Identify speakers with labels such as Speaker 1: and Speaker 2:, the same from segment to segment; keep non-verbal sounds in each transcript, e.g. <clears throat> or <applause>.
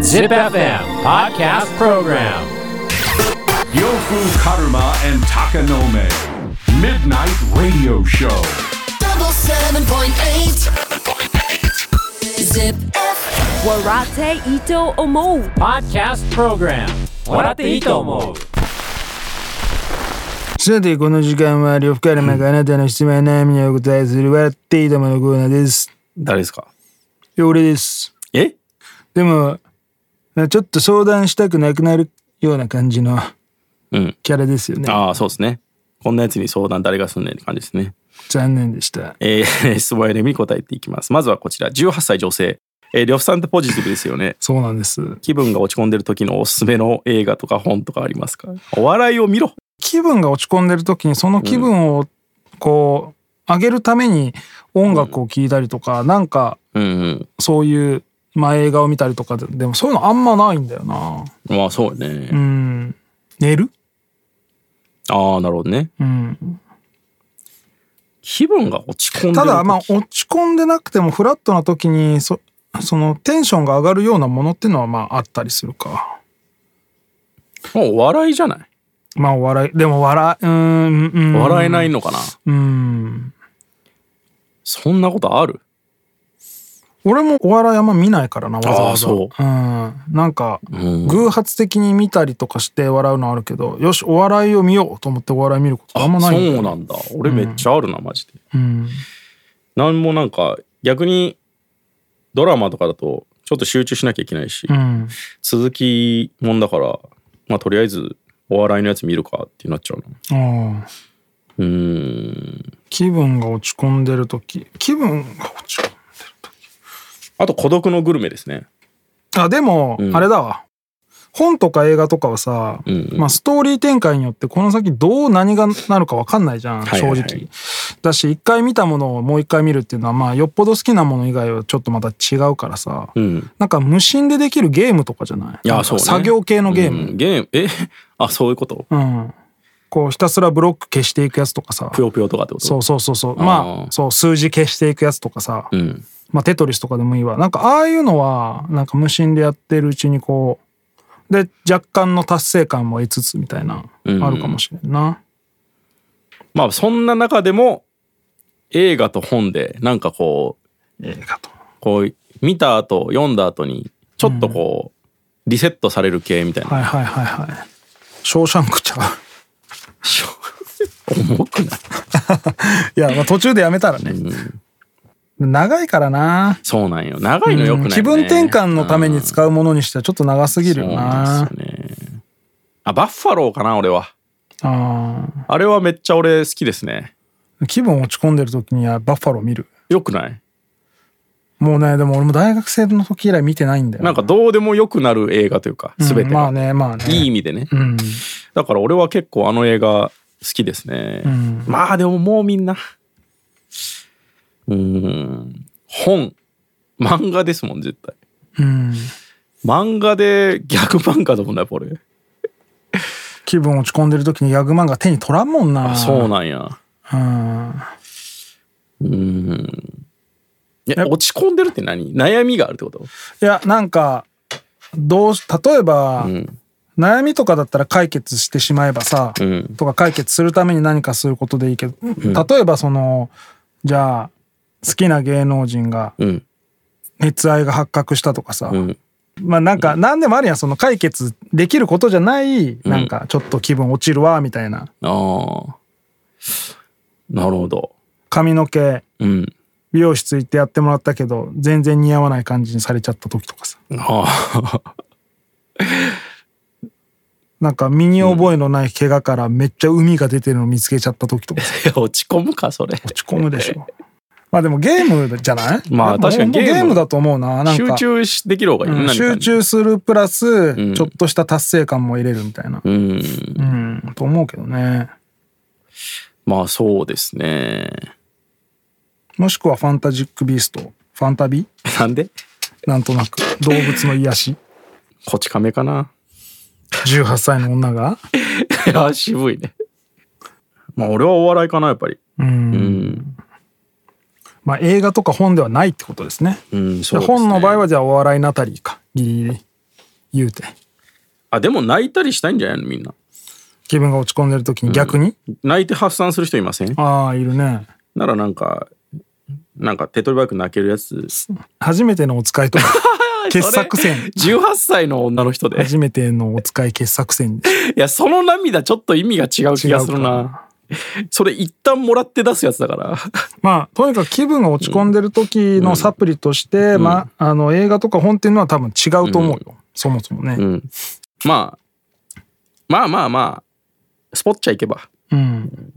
Speaker 1: Zip FM Podcast Program
Speaker 2: Yofu Karuma and Takanome. Midnight Radio Show.
Speaker 3: double seven point eight. Zip.
Speaker 4: Warate Ito Omo.
Speaker 1: Podcast Program 笑っていいと思う
Speaker 5: さて、この時間は、呂布カルマがあなたの質問や悩みにお答えする、笑っていいとものコーナーです。
Speaker 6: 誰ですか
Speaker 5: いや俺です。
Speaker 6: え
Speaker 5: でも、ちょっと相談したくなくなるような感じの
Speaker 6: うん
Speaker 5: キャラですよね。
Speaker 6: ああ、そうですね。こんなやつに相談誰がすんねんって感じですね。
Speaker 5: 残念でした。
Speaker 6: えー、 <laughs> 質問や悩みに答えていきます。まずはこちら、18歳女性。えー、呂布さんってポジティブですよね。
Speaker 5: そうなんです。
Speaker 6: 気分が落ち込んでる時のおすすめの映画とか本とかありますかお笑いを見ろ。
Speaker 5: 気分が落ち込んでる時に、その気分を、こう、上げるために音楽を聴いたりとか、なんか、
Speaker 6: うんうん。
Speaker 5: そういう、まあ映画を見たりとかで、でもそういうのあんまないんだよな。
Speaker 6: まあそうね。
Speaker 5: うん。寝る
Speaker 6: ああ、なるほどね。
Speaker 5: うん。
Speaker 6: 気分が落ち込んでる
Speaker 5: た
Speaker 6: 時
Speaker 5: だまあ落ち込んでなくてもフラットな時にそそのテンションが上がるようなものっていうのはまああったりするか
Speaker 6: もうお笑いじゃない
Speaker 5: まあお笑いでも笑いうーんうん
Speaker 6: 笑えないいのかな、
Speaker 5: うん
Speaker 6: そんなことある
Speaker 5: 俺もお笑いあんま見ないからなわざわざ、
Speaker 6: ああそう
Speaker 5: ん、なんか
Speaker 6: ん
Speaker 5: 偶発的に見たりとかして笑うのあるけどよしお笑いを見ようと思ってお笑い見ることあんまないんだよ
Speaker 6: そうなんだ。俺めっちゃあるな、マジで。
Speaker 5: うん
Speaker 6: なんもなんか逆にドラマとかだとちょっと集中しなきゃいけないし、
Speaker 5: うん
Speaker 6: 続きもんだからまあとりあえずお笑いのやつ見るかってなっちゃうな
Speaker 5: ああ
Speaker 6: うーん
Speaker 5: 気分が落ち込んでる時気分が落ち込む
Speaker 6: あと孤独のグルメですね
Speaker 5: あでも、
Speaker 6: ん
Speaker 5: あれだわ本とか映画とかはさ、
Speaker 6: んうん
Speaker 5: まあ、ストーリー展開によってこの先どう何がなるか分かんないじゃん
Speaker 6: はい
Speaker 5: 正
Speaker 6: は
Speaker 5: 直、
Speaker 6: いはい
Speaker 5: だし一回見たものをもう一回見るっていうのはまあよっぽど好きなもの以外はちょっとまた違うからさ、
Speaker 6: うん
Speaker 5: なんか無心でできるゲームとかじゃない
Speaker 6: い
Speaker 5: な
Speaker 6: や
Speaker 5: んか
Speaker 6: そうね
Speaker 5: 作業系のゲー
Speaker 6: う
Speaker 5: ム
Speaker 6: んゲームえ <laughs> あそういうこと
Speaker 5: うん、こうひたすらブロック消していくやつとかさ
Speaker 6: ぷよぷよとかってこと
Speaker 5: そううそうそうそうま
Speaker 6: あ
Speaker 5: あ
Speaker 6: ー
Speaker 5: そう数字消していくやつとかさ、
Speaker 6: ん
Speaker 5: まあ、テトリスとかでもいいわ。なんか、ああいうのは、なんか無心でやってるうちにこう、で、若干の達成感も得つつみたいな、
Speaker 6: うん
Speaker 5: あるかもしれんな。
Speaker 6: まあそんな中でも映画と本でなんかこう
Speaker 5: 映画と。
Speaker 6: こう見た後読んだ後にちょっとこう、リセットされる系みたいな、
Speaker 5: はいはいはいはい。ショーシャンクちゃう。 <laughs>
Speaker 6: 重くない
Speaker 5: いや、まあ途中でやめたらね。長いからな。
Speaker 6: そうなんよ長いのよくない、ね、
Speaker 5: 気分転換のために使うものにしてはちょっと長すぎるよ
Speaker 6: そう
Speaker 5: な。
Speaker 6: なんですよね。あ、バッファローかな、俺は。
Speaker 5: あ
Speaker 6: あれはめっちゃ俺好きですね。
Speaker 5: ー気分落ち込んでる時にはバッファロー見る。
Speaker 6: よくない
Speaker 5: もうね、でも俺も大学生の時以来見てないんだよ。
Speaker 6: なんかどうでもよくなる映画というか、すべて
Speaker 5: うんまあ
Speaker 6: が、
Speaker 5: ね、まあね。
Speaker 6: いい意味でね。
Speaker 5: うん。
Speaker 6: だから俺は結構あの映画好きですね。
Speaker 5: ん
Speaker 6: まあでももうみんな。うーん。本。漫画ですもん、絶対。
Speaker 5: うん。
Speaker 6: 漫画で逆漫画だもんね、やっぱ俺。
Speaker 5: 気分落ち込んでる時にヤグマンが手に取らんもんな
Speaker 6: あ、そうなんや。
Speaker 5: うん
Speaker 6: うーん。いや、落ち込んでるって何悩みがあるってこと
Speaker 5: いやなんかどうし例えば、
Speaker 6: ん
Speaker 5: 悩みとかだったら解決してしまえばさ、
Speaker 6: うん
Speaker 5: とか解決するために何かすることでいいけど、例えばそのじゃあ好きな芸能人が
Speaker 6: うん。
Speaker 5: 熱愛が発覚したとかさ、
Speaker 6: うん。
Speaker 5: まあなんか何でもあるやんその解決できることじゃない、なんかちょっと気分落ちるわみたいな
Speaker 6: ああ。なるほど。
Speaker 5: 髪の毛
Speaker 6: うん。
Speaker 5: 美容室行ってやってもらったけど全然似合わない感じにされちゃった時とかさ
Speaker 6: <laughs> ああ。
Speaker 5: なんか身に覚えのない怪我からめっちゃ海が出てるの見つけちゃった時とか
Speaker 6: 落ち込むか、それ。
Speaker 5: 落ち込むでしょ。まあでもゲームじゃない
Speaker 6: まあ
Speaker 5: やっぱ
Speaker 6: 確かに
Speaker 5: ほんと
Speaker 6: ゲーム
Speaker 5: ゲームだと思うな。なん
Speaker 6: 集
Speaker 5: か
Speaker 6: 中しできる方がいい、
Speaker 5: うん
Speaker 6: 何かに
Speaker 5: 集。中するプラス
Speaker 6: ん
Speaker 5: ちょっとした達成感も入れるみたいな。
Speaker 6: うん。
Speaker 5: うん、と思うけどね。
Speaker 6: まあそうですね。
Speaker 5: もしくはファンタジックビースト、ファンタビ
Speaker 6: <laughs> なんで
Speaker 5: なんとなく動物の癒し。
Speaker 6: こち亀かな
Speaker 5: 18歳の女が。
Speaker 6: いや、渋いね。まあ俺はお笑いかな、やっぱり。
Speaker 5: うん。
Speaker 6: うん。
Speaker 5: まあ、映画とか本ではないってことですね。
Speaker 6: うん、そうですね
Speaker 5: 本の場合はじゃあお笑いナタリーかギリギリ言うて
Speaker 6: あでも泣いたりしたいんじゃないのみんな
Speaker 5: 気分が落ち込んでる時に逆に、
Speaker 6: 泣いて発散する人いません
Speaker 5: ああいるね
Speaker 6: ならなんかなんか手っ取り早く泣ける <laughs> やつ
Speaker 5: 初めてのお使
Speaker 6: <laughs>
Speaker 5: いとか傑作選
Speaker 6: 18歳の女の人でい
Speaker 5: 初めてのお使い傑作選
Speaker 6: <laughs>
Speaker 5: で
Speaker 6: やその涙ちょっと意味が違う気がす
Speaker 5: 違う
Speaker 6: るなそれ一旦もらって出すやつだから
Speaker 5: まあとにかく気分が落ち込んでる時のサプリとして、まあ、あの映画とか本っていうのは多分違うと思うよ、そもそもね、
Speaker 6: うんまあまあまあまあスポッチャいけば
Speaker 5: うん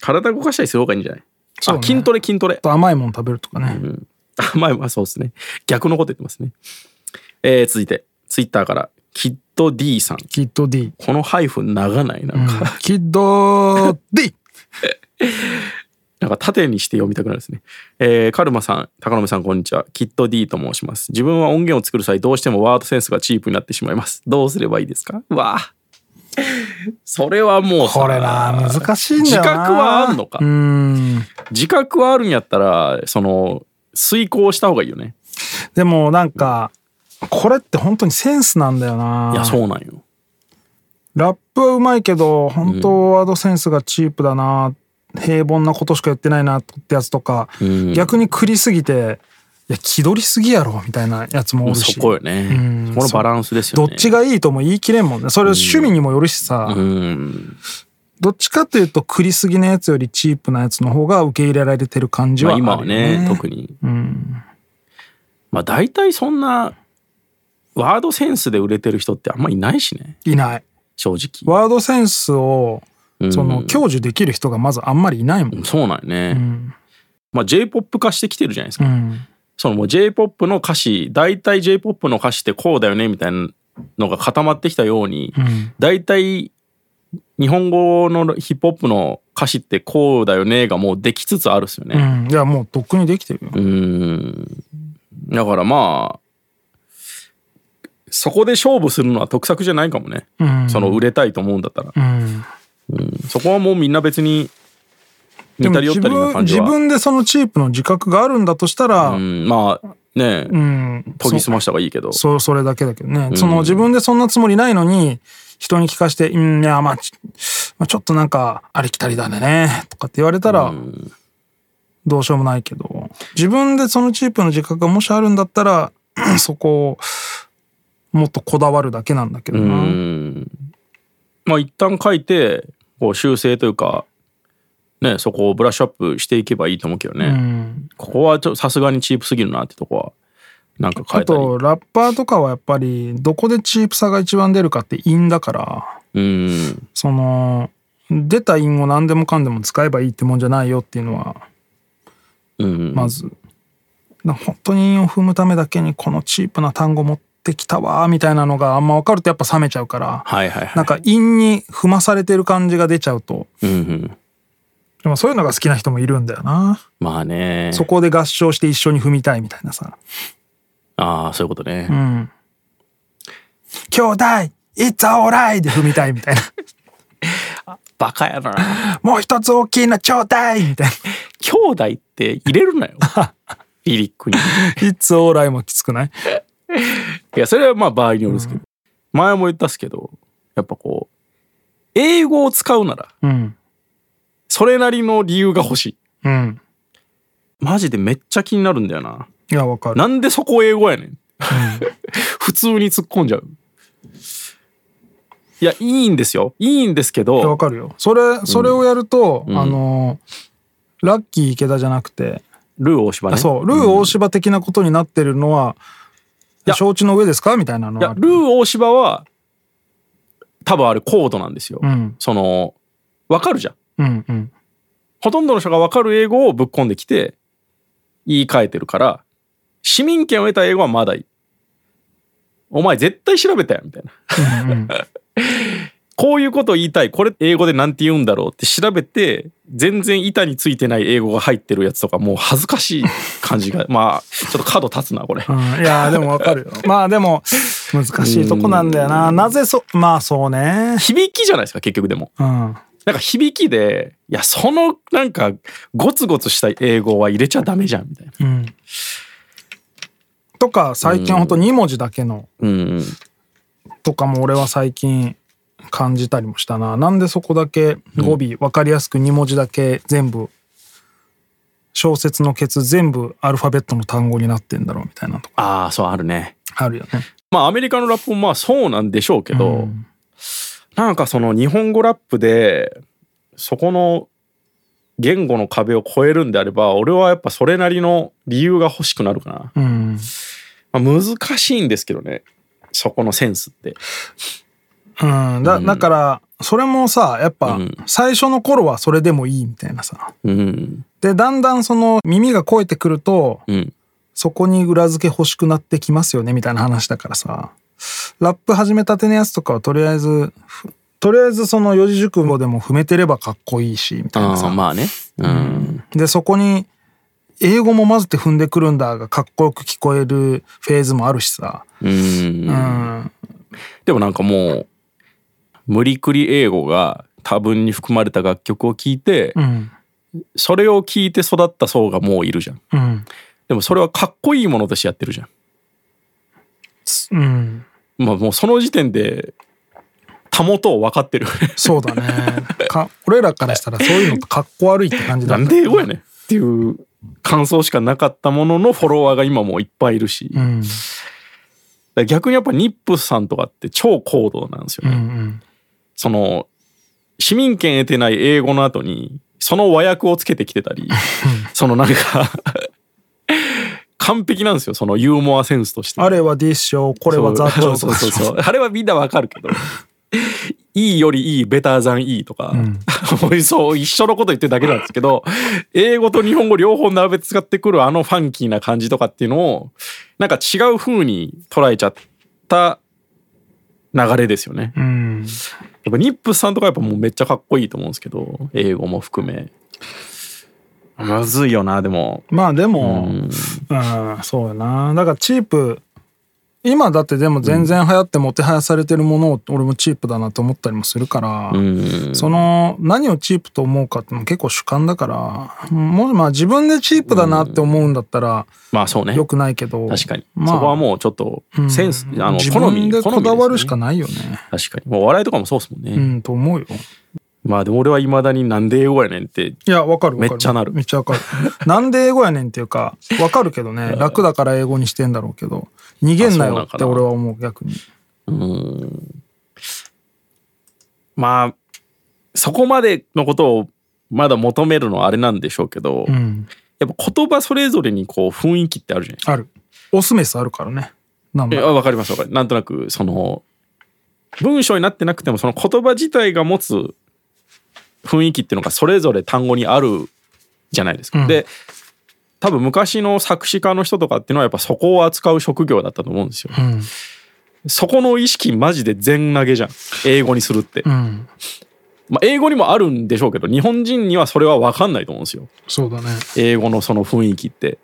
Speaker 6: 体動かしたりする方がいいんじゃない、
Speaker 5: そう
Speaker 6: あ
Speaker 5: ね
Speaker 6: 筋トレ筋トレ
Speaker 5: あ
Speaker 6: <laughs>
Speaker 5: と甘いもの食べるとかね、
Speaker 6: あまあまあそうですね逆のこと言ってますねえー続いてツイッターからキッド D さん
Speaker 5: キッド D、
Speaker 6: このハイフン長ないな
Speaker 5: うん
Speaker 6: か、
Speaker 5: キッド D
Speaker 6: <laughs> なんか縦にして読みたくなるですね。えーカルマさん、高野目さん、こんにちは。キット D と申します。自分は音源を作る際、どうしてもワードセンスがチープになってしまいます。どうすればいいですかうわあ <laughs> それはもうさ
Speaker 5: これな難しいんだよな
Speaker 6: 自覚はあんのか
Speaker 5: うん
Speaker 6: 自覚はあるんやったら、その、遂行した方がいいよね。
Speaker 5: でもなんかこれって本当にセンスなんだよない
Speaker 6: や、そうなんよ。
Speaker 5: ラップはうまいけど本当ワードセンスがチープだな、平凡なことしか言ってないなってやつとか、
Speaker 6: ん
Speaker 5: 逆に繰りすぎていや気取りすぎやろみたいなやつもお
Speaker 6: もう
Speaker 5: るし
Speaker 6: そこよね。
Speaker 5: うん
Speaker 6: そこのバランスです
Speaker 5: ど
Speaker 6: よね。
Speaker 5: っちがいいとも言い切れんもんねそれ趣味にもよるしさ、
Speaker 6: うん。
Speaker 5: どっちかというと繰りすぎなやつよりチープなやつの方が受け入れられてる感じ
Speaker 6: ま
Speaker 5: は
Speaker 6: あ
Speaker 5: ある
Speaker 6: 今
Speaker 5: よ
Speaker 6: は
Speaker 5: ね,、
Speaker 6: ね、特に。
Speaker 5: うん、
Speaker 6: まあ大体そんな、ワードセンスで売れてる人ってあんまいないしね、
Speaker 5: いない
Speaker 6: 正直。
Speaker 5: ワードセンスをその享受できる人がまずあんまりいないもん、
Speaker 6: そうなんよね。
Speaker 5: うん
Speaker 6: まあ、J-POP 化してきてるじゃないです
Speaker 5: う
Speaker 6: か。
Speaker 5: ん、
Speaker 6: そのもう J-POP の歌詞、大体 J-POP の歌詞ってこうだよねみたいなのが固まってきたように、
Speaker 5: ん
Speaker 6: 大体日本語のヒップホップの歌詞ってこうだよねがもうできつつあるっすよ
Speaker 5: う
Speaker 6: ね。
Speaker 5: ん、いやもうとっくにできてるよ
Speaker 6: うーん。だからまあ、そこで勝負するのは得策じゃないかもね。
Speaker 5: うん
Speaker 6: その売れたいと思うんだったら。
Speaker 5: うん
Speaker 6: そこはもうみんな別に似たり寄ったりな感じ
Speaker 5: でも自分自
Speaker 6: は。
Speaker 5: 分でそのチープの自覚があるんだとしたら、う
Speaker 6: うんん、まあねえ、研ぎ澄ました方がいいけど。
Speaker 5: そそれだけだけどね、その自分でそんなつもりないのに人に聞かして「うんいやまあち,、まあ、ちょっとなんかありきたりだね」とかって言われたらどうしようもないけど自分でそのチープの自覚がもしあるんだったら <clears throat> そこをもっとこだわるだけなんだけどな。
Speaker 6: うんまあ一旦書いてこう修正というか、ね、そこをブラッシュアップしていけばいいと思うけどね、
Speaker 5: うん
Speaker 6: ここはちょっとさすがにチープすぎるなってとこはなんか変
Speaker 5: あ
Speaker 6: えたり
Speaker 5: とラッパーとかはやっぱりどこでチープさが一番出るかって因だから
Speaker 6: うん
Speaker 5: その出た因を何でもかんでも使えばいいってもんじゃないよっていうのは
Speaker 6: うん、
Speaker 5: まず、な本当に韻を踏むためだけにこのチープな単語持ってきたわーみたいなのがあんま分かるとやっぱ冷めちゃうから
Speaker 6: はいはいは
Speaker 5: なん
Speaker 6: い、
Speaker 5: か韻に踏まされてる感じが出ちゃうと
Speaker 6: うんうん、
Speaker 5: でもそういうのが好きな人もいるんだよな、
Speaker 6: まあね
Speaker 5: そこで合唱して一緒に踏みたいみたいなさ
Speaker 6: ああそういうことね、
Speaker 5: うん「兄弟 It's alright!」で踏みたいみたいな
Speaker 6: <laughs> バカやな
Speaker 5: 「もう一つ大きいのちょうだい!」みたいな <laughs>
Speaker 6: 兄弟って入れるなよリリックに
Speaker 5: 「It's alright!」もきつくない
Speaker 6: いやそれはまあ場合によるんですけど、前も言ったっすけどやっぱこう英語を使うなら
Speaker 5: うん
Speaker 6: それなりの理由が欲しい
Speaker 5: うん
Speaker 6: マジでめっちゃ気になるんだよな。
Speaker 5: いやわかる
Speaker 6: なんでそこ英語やねん。
Speaker 5: <laughs>
Speaker 6: 普通に突っ込んじゃう。いや、いいんですよ。いいんですけ
Speaker 5: いやわ
Speaker 6: ど、
Speaker 5: かるよそれそれをやると、あのラッキー池田じゃなくて
Speaker 6: ルー大芝ね。
Speaker 5: あそうルー大芝的なことになってるのは、
Speaker 6: や
Speaker 5: 承知の上ですかみたいなの
Speaker 6: いや
Speaker 5: は、
Speaker 6: ルー大芝は、多分あれコードなんですよ。
Speaker 5: ん
Speaker 6: その、わかるじゃん。
Speaker 5: うんうん
Speaker 6: ほとんどの人がわかる英語をぶっ込んできて、言い換えてるから、市民権を得た英語はまだいい。お前絶対調べたやんみたいな。こういうことを言いたい。これ英語でなんて言うんだろうって調べて、全然板についてない英語が入ってるやつとか、もう恥ずかしい感じが。 <laughs> まあ、ちょっと角立つな、これ。
Speaker 5: うん、いやでもわかるよ <laughs> まあでも難しいとこなんだよななぜそまあそうね
Speaker 6: 響きじゃないですか、結局でも。
Speaker 5: うん
Speaker 6: なんか響きで、いや、そのなんかゴツゴツした英語は入れちゃダメじゃんみたいな。
Speaker 5: とか最近ほんと2文字だけの
Speaker 6: うん。
Speaker 5: とかも俺は最近感じたりもしたななんでそこだけ語尾分かりやすく2文字だけ全部小説のケツ全部アルファベットの単語になってんだろうみたいなのとか
Speaker 6: ああ、そうあるね。
Speaker 5: あるよね
Speaker 6: まあアメリカのラップもまあそうなんでしょうけど、なんかその日本語ラップでそこの言語の壁を越えるんであれば俺はやっぱそれなりの理由が欲しくなるかな、
Speaker 5: うん
Speaker 6: まあ、難しいんですけどねそこのセンスって
Speaker 5: うんだだからそれもさやっぱ
Speaker 6: うん
Speaker 5: 最初の頃はそれでもいいみたいなさ
Speaker 6: うん
Speaker 5: でだんだんその耳が肥えてくると
Speaker 6: うん
Speaker 5: そこに裏付け欲しくなってきますよねみたいな話だからさラップ始めたてのやつとかはとりあえずふとりあえずその四字熟語でも踏めてればかっこいいしみたいなさ、
Speaker 6: まあねうん
Speaker 5: でそこに英語も混ぜて踏んでくるんだがかっこよく聞こえるフェーズもあるしさ、
Speaker 6: うん
Speaker 5: うん、
Speaker 6: でもなんかもう無理くり英語が多分に含まれた楽曲を聴いて、
Speaker 5: ん
Speaker 6: それを聴いて育った層がもういるじゃん
Speaker 5: うん
Speaker 6: でもそれはかっこいいものとしてやってるじゃん
Speaker 5: うん、
Speaker 6: まあもうその時点で、たもとを分かってる。 <laughs>
Speaker 5: そうだねか俺らからしたらそういうのってかっこ悪いって感じだ
Speaker 6: なんで英語やねんっていう感想しかなかったもののフォロワーが今もういっぱいいるし、
Speaker 5: う
Speaker 6: だか
Speaker 5: ん
Speaker 6: ら逆にやっぱニップスさんとかって超高度なんですよ
Speaker 5: うんう
Speaker 6: ね。
Speaker 5: ん
Speaker 6: その、市民権得てない英語の後に、その和訳をつけてきてた
Speaker 5: <laughs>
Speaker 6: り、そのなんか、完璧なんですよ、そのユーモアセンスとして。
Speaker 5: あれはディッショーこれはザッチョーと
Speaker 6: そう
Speaker 5: か
Speaker 6: そうそうそうあれはみんなわかるけどいいよりいいベターザンいいとか、もうそう一緒のこと言ってるだけなんですけど英語と日本語両方並べて使ってくるあのファンキーな感じとかっていうのをなんか違う風に捉えちゃった流れですよね。
Speaker 5: うん
Speaker 6: やっぱニップスさんとかやっぱもうめっちゃかっこいいと思うんですけど英語も含め。まずいよなでも。
Speaker 5: まあでも、
Speaker 6: うん
Speaker 5: うん、そうやな。だからチープ、今だってでも全然流行ってもてはやされてるものを俺もチープだなと思ったりもするから、
Speaker 6: うん
Speaker 5: その何をチープと思うかってのも結構主観だから、もしまあ自分でチープだなって思うんだったら
Speaker 6: まあそうね
Speaker 5: 良くないけど、
Speaker 6: 確かに、
Speaker 5: まあ、
Speaker 6: そこはもうちょっとセンス、
Speaker 5: うん
Speaker 6: あの
Speaker 5: 自
Speaker 6: 好み
Speaker 5: 分でこだわるしか
Speaker 6: な
Speaker 5: ない
Speaker 6: い
Speaker 5: よね。
Speaker 6: 確かにもう笑いとかもそうですもんね、
Speaker 5: うん、と思うよ。
Speaker 6: まあでも俺はいまだになんで英語やねんって
Speaker 5: いや、わかるわかる。
Speaker 6: めっちゃなる
Speaker 5: めっちゃわかる。なんで英語やねんっていうか、わかるけどね、楽だから英語にしてんだろうけど、逃げんなよって俺は思う、逆に。
Speaker 6: まあそこまでのことをまだ求めるのはあれなんでしょうけど、
Speaker 5: うん。
Speaker 6: やっぱ言葉それぞれにこう雰囲気ってあるじゃないですか
Speaker 5: ある。オスメスあるからね。なん
Speaker 6: え
Speaker 5: だ
Speaker 6: あわかりますわかりますなんとなくその文章になってなくてもその言葉自体が持つ雰囲気っていうのがそれぞれ単語にあるじゃないですか。
Speaker 5: うん
Speaker 6: で多分昔の作詞家の人とかっていうのはやっぱそこを扱う職業だったと思うんですよ。
Speaker 5: うん。
Speaker 6: そこの意識マジで全投げじゃん英語にするって。
Speaker 5: うん。
Speaker 6: まあ、英語にもあるんでしょうけど日本人にはそれは分かんないと思うんですよ。
Speaker 5: そうだね。
Speaker 6: 英語のその雰囲気って。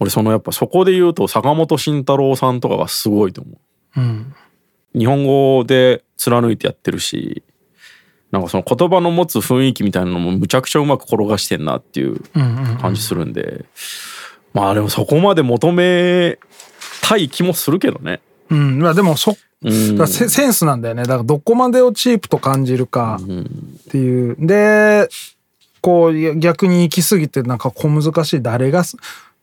Speaker 6: 俺そのやっぱそこで言うと坂本慎太郎さんとかがすごいと思う。
Speaker 5: うん。
Speaker 6: 日本語で貫いてやってるしなんかその言葉の持つ雰囲気みたいなのもむちゃくちゃうまく転がしてんなっていう感じするんで、まあでもそこまで求めたい気もするけどね。
Speaker 5: うん。まあでもそ、
Speaker 6: ん
Speaker 5: だからセセンスなんだよね。だからどこまでをチープと感じるかっていう。で、こうや逆に行き過ぎてなんか小難しい誰がそ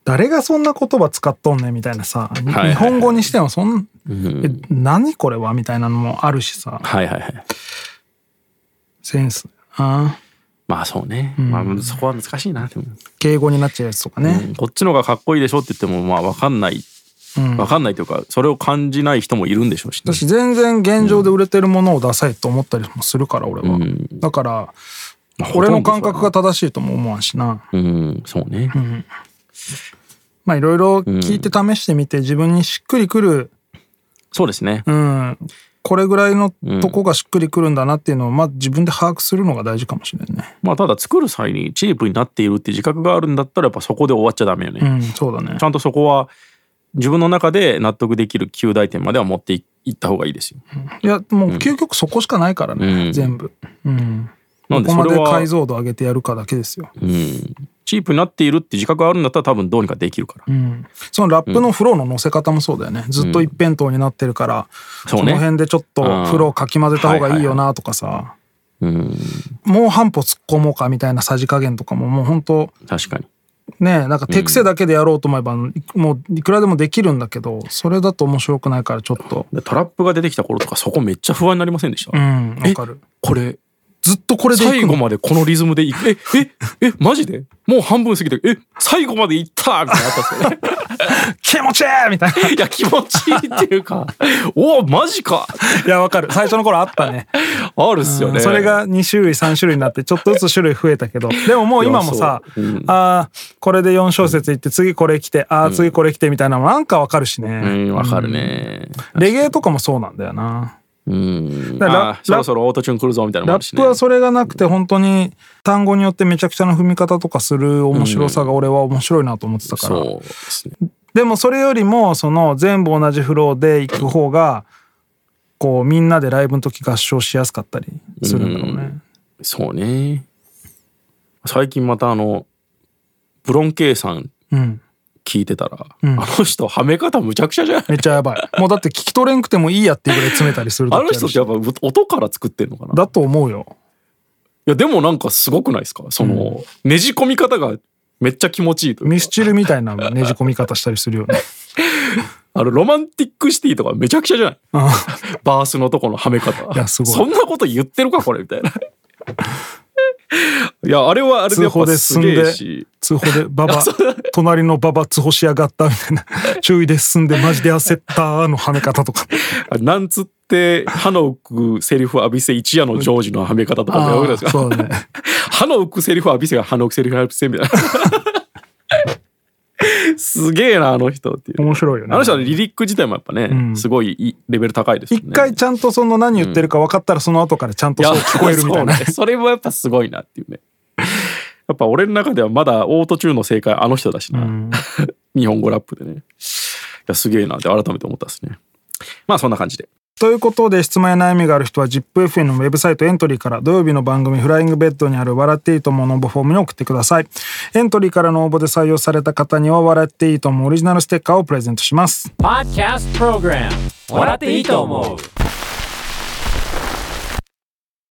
Speaker 5: 誰がそんな言葉使っとんねんみたいなさ、
Speaker 6: いはい
Speaker 5: 日本語にしてもそん、え何これはみたいなのもあるしさ、
Speaker 6: はいはいはい。
Speaker 5: センスあ
Speaker 6: まあそうね、まあそこは難しいなでも、
Speaker 5: 敬語になっちゃうやつとかね、
Speaker 6: こっちの方がかっこいいでしょって言ってもまあわかんないわかんないというかそれを感じない人もいるんでしょうしね、
Speaker 5: 私全然現状で売れてるものを出さいと思ったりもするから俺は、だから
Speaker 6: まあ
Speaker 5: 俺の感覚が正しいとも思わんしな
Speaker 6: うんそうね、
Speaker 5: まあいろいろ聞いて試してみて自分にしっくりくる、
Speaker 6: そうですね、
Speaker 5: うん、これぐらいのとこがしっくりくるんだなっていうのをまあ自分で把握するのが大事かもしれんね
Speaker 6: まあただ作る際にチープになっているって自覚があるんだったらやっぱそこで終わっちゃダメよね、
Speaker 5: うんそうだね
Speaker 6: ちゃんとそこは自分の中で納得できる旧大点までは持っていいった方がいいですよ。
Speaker 5: いやもう究極そこしかないからね、
Speaker 6: うん
Speaker 5: 全部うん
Speaker 6: なんで
Speaker 5: ここま
Speaker 6: それ
Speaker 5: で
Speaker 6: は
Speaker 5: 解像度上げてやるかだけですよ。
Speaker 6: チープになっているって自覚があるんだったら多分どうにかできるから、
Speaker 5: そのラップのフローの乗せ方もそうだよね。ずっと一辺倒になってるから、
Speaker 6: そう
Speaker 5: こ
Speaker 6: ね
Speaker 5: の辺でちょっとフローかき混ぜた方がいいよなとかさ、もう半歩突っ込もうかみたいなさじ加減とかももう本当
Speaker 6: 確かに
Speaker 5: ねなんか手癖だけでやろうと思えば、もういくらでもできるんだけどそれだと面白くないからちょっと
Speaker 6: でトラップが出てきた頃とかそこめっちゃ不安になりませんでした、
Speaker 5: うんわかる
Speaker 6: えこれ
Speaker 5: ずっとこれでい
Speaker 6: 最
Speaker 5: く
Speaker 6: 後
Speaker 5: の
Speaker 6: までこのリズムでいくえええマジでもう半分過ぎてえ最後までいったみたいなのあったんですよね
Speaker 5: 気持ちいいみたいな
Speaker 6: いや気持ちいいっていうかおおマジか
Speaker 5: いやわかる最初の頃あったね
Speaker 6: あるっすよね、
Speaker 5: それが2種類3種類になってちょっとずつ種類増えたけどでももう今もさ、
Speaker 6: いやそううん
Speaker 5: あーこれで4小節いって次これ来てあー次これ来てみたいなのもなんかわかるしね、
Speaker 6: うんわかるね
Speaker 5: レゲエとかもそうなんだよな
Speaker 6: うん
Speaker 5: だから
Speaker 6: あそろそろオートチューン来るぞみたいなのも
Speaker 5: ラ
Speaker 6: あるし
Speaker 5: ッ
Speaker 6: ね
Speaker 5: プはそれがなくて本当に単語によってめちゃくちゃな踏み方とかする面白さが俺は面白いなと思ってたから、
Speaker 6: そうですね
Speaker 5: でもそれよりもその全部同じフローで行く方がこうみんなでライブの時合唱しやすかったりするんだろうね、
Speaker 6: そうね最近またあのブロンケイさん
Speaker 5: うん
Speaker 6: 聞いてたら、あの人はめ方むちゃくちゃじゃない
Speaker 5: めっちゃやばいもうだって聞き取れんくてもいいやっていうぐらい詰めたりする時
Speaker 6: あ
Speaker 5: る
Speaker 6: の人ってやっぱ音から作ってんのかない
Speaker 5: だと思うよ
Speaker 6: やでもなんかすごくないですかその、ねじ込み方がめっちゃ気持ちいいというか
Speaker 5: ミスチルみたいなねじ込み方したりするよね
Speaker 6: あのロマンティックシティとかめちゃくちゃじゃない
Speaker 5: うん
Speaker 6: <laughs> バースのとこのはめ方
Speaker 5: いやすごい
Speaker 6: そんなこと言ってるかこれみたいないやあれはあれでや
Speaker 5: 通
Speaker 6: っ
Speaker 5: 報
Speaker 6: ぱ
Speaker 5: です進ん
Speaker 6: げえ
Speaker 5: で
Speaker 6: し
Speaker 5: 通報で
Speaker 6: <laughs>
Speaker 5: ババ隣のババ通報しやがったみたいな注意で進んでマジで焦ったのはめ方とか
Speaker 6: あなんつって歯の浮くセリフ浴びせ一夜のジョージのはめ方とかもやばくないですか
Speaker 5: そうだね
Speaker 6: 歯の浮くセリフ浴びせが歯の浮くセリフ浴びせみたいなすげえなあの人っていう
Speaker 5: 面白いよね
Speaker 6: あの人はリリック自体もやっぱね、
Speaker 5: ん
Speaker 6: すごいいいレベル高いですよね
Speaker 5: 一回ちゃんとその何言ってるか分かったらその後からちゃんとそう聞こえるみたいな
Speaker 6: やそうねそれもやっぱすごいなっていうね <laughs> やっぱ俺の中ではまだオートチューンの正解あの人だしな、 <laughs> 日本語ラップでねいやすげえなって改めて思ったですねまあそんな感じで
Speaker 5: ということで質問や悩みがある人は ZIPFN のウェブサイトエントリーから土曜日の番組フライングベッドにある笑っていいともの応募フォームに送ってくださいエントリーからの応募で採用された方には笑っていいともオリジナルステッカーをプレゼントします
Speaker 1: Podcast Program 笑っていいと思う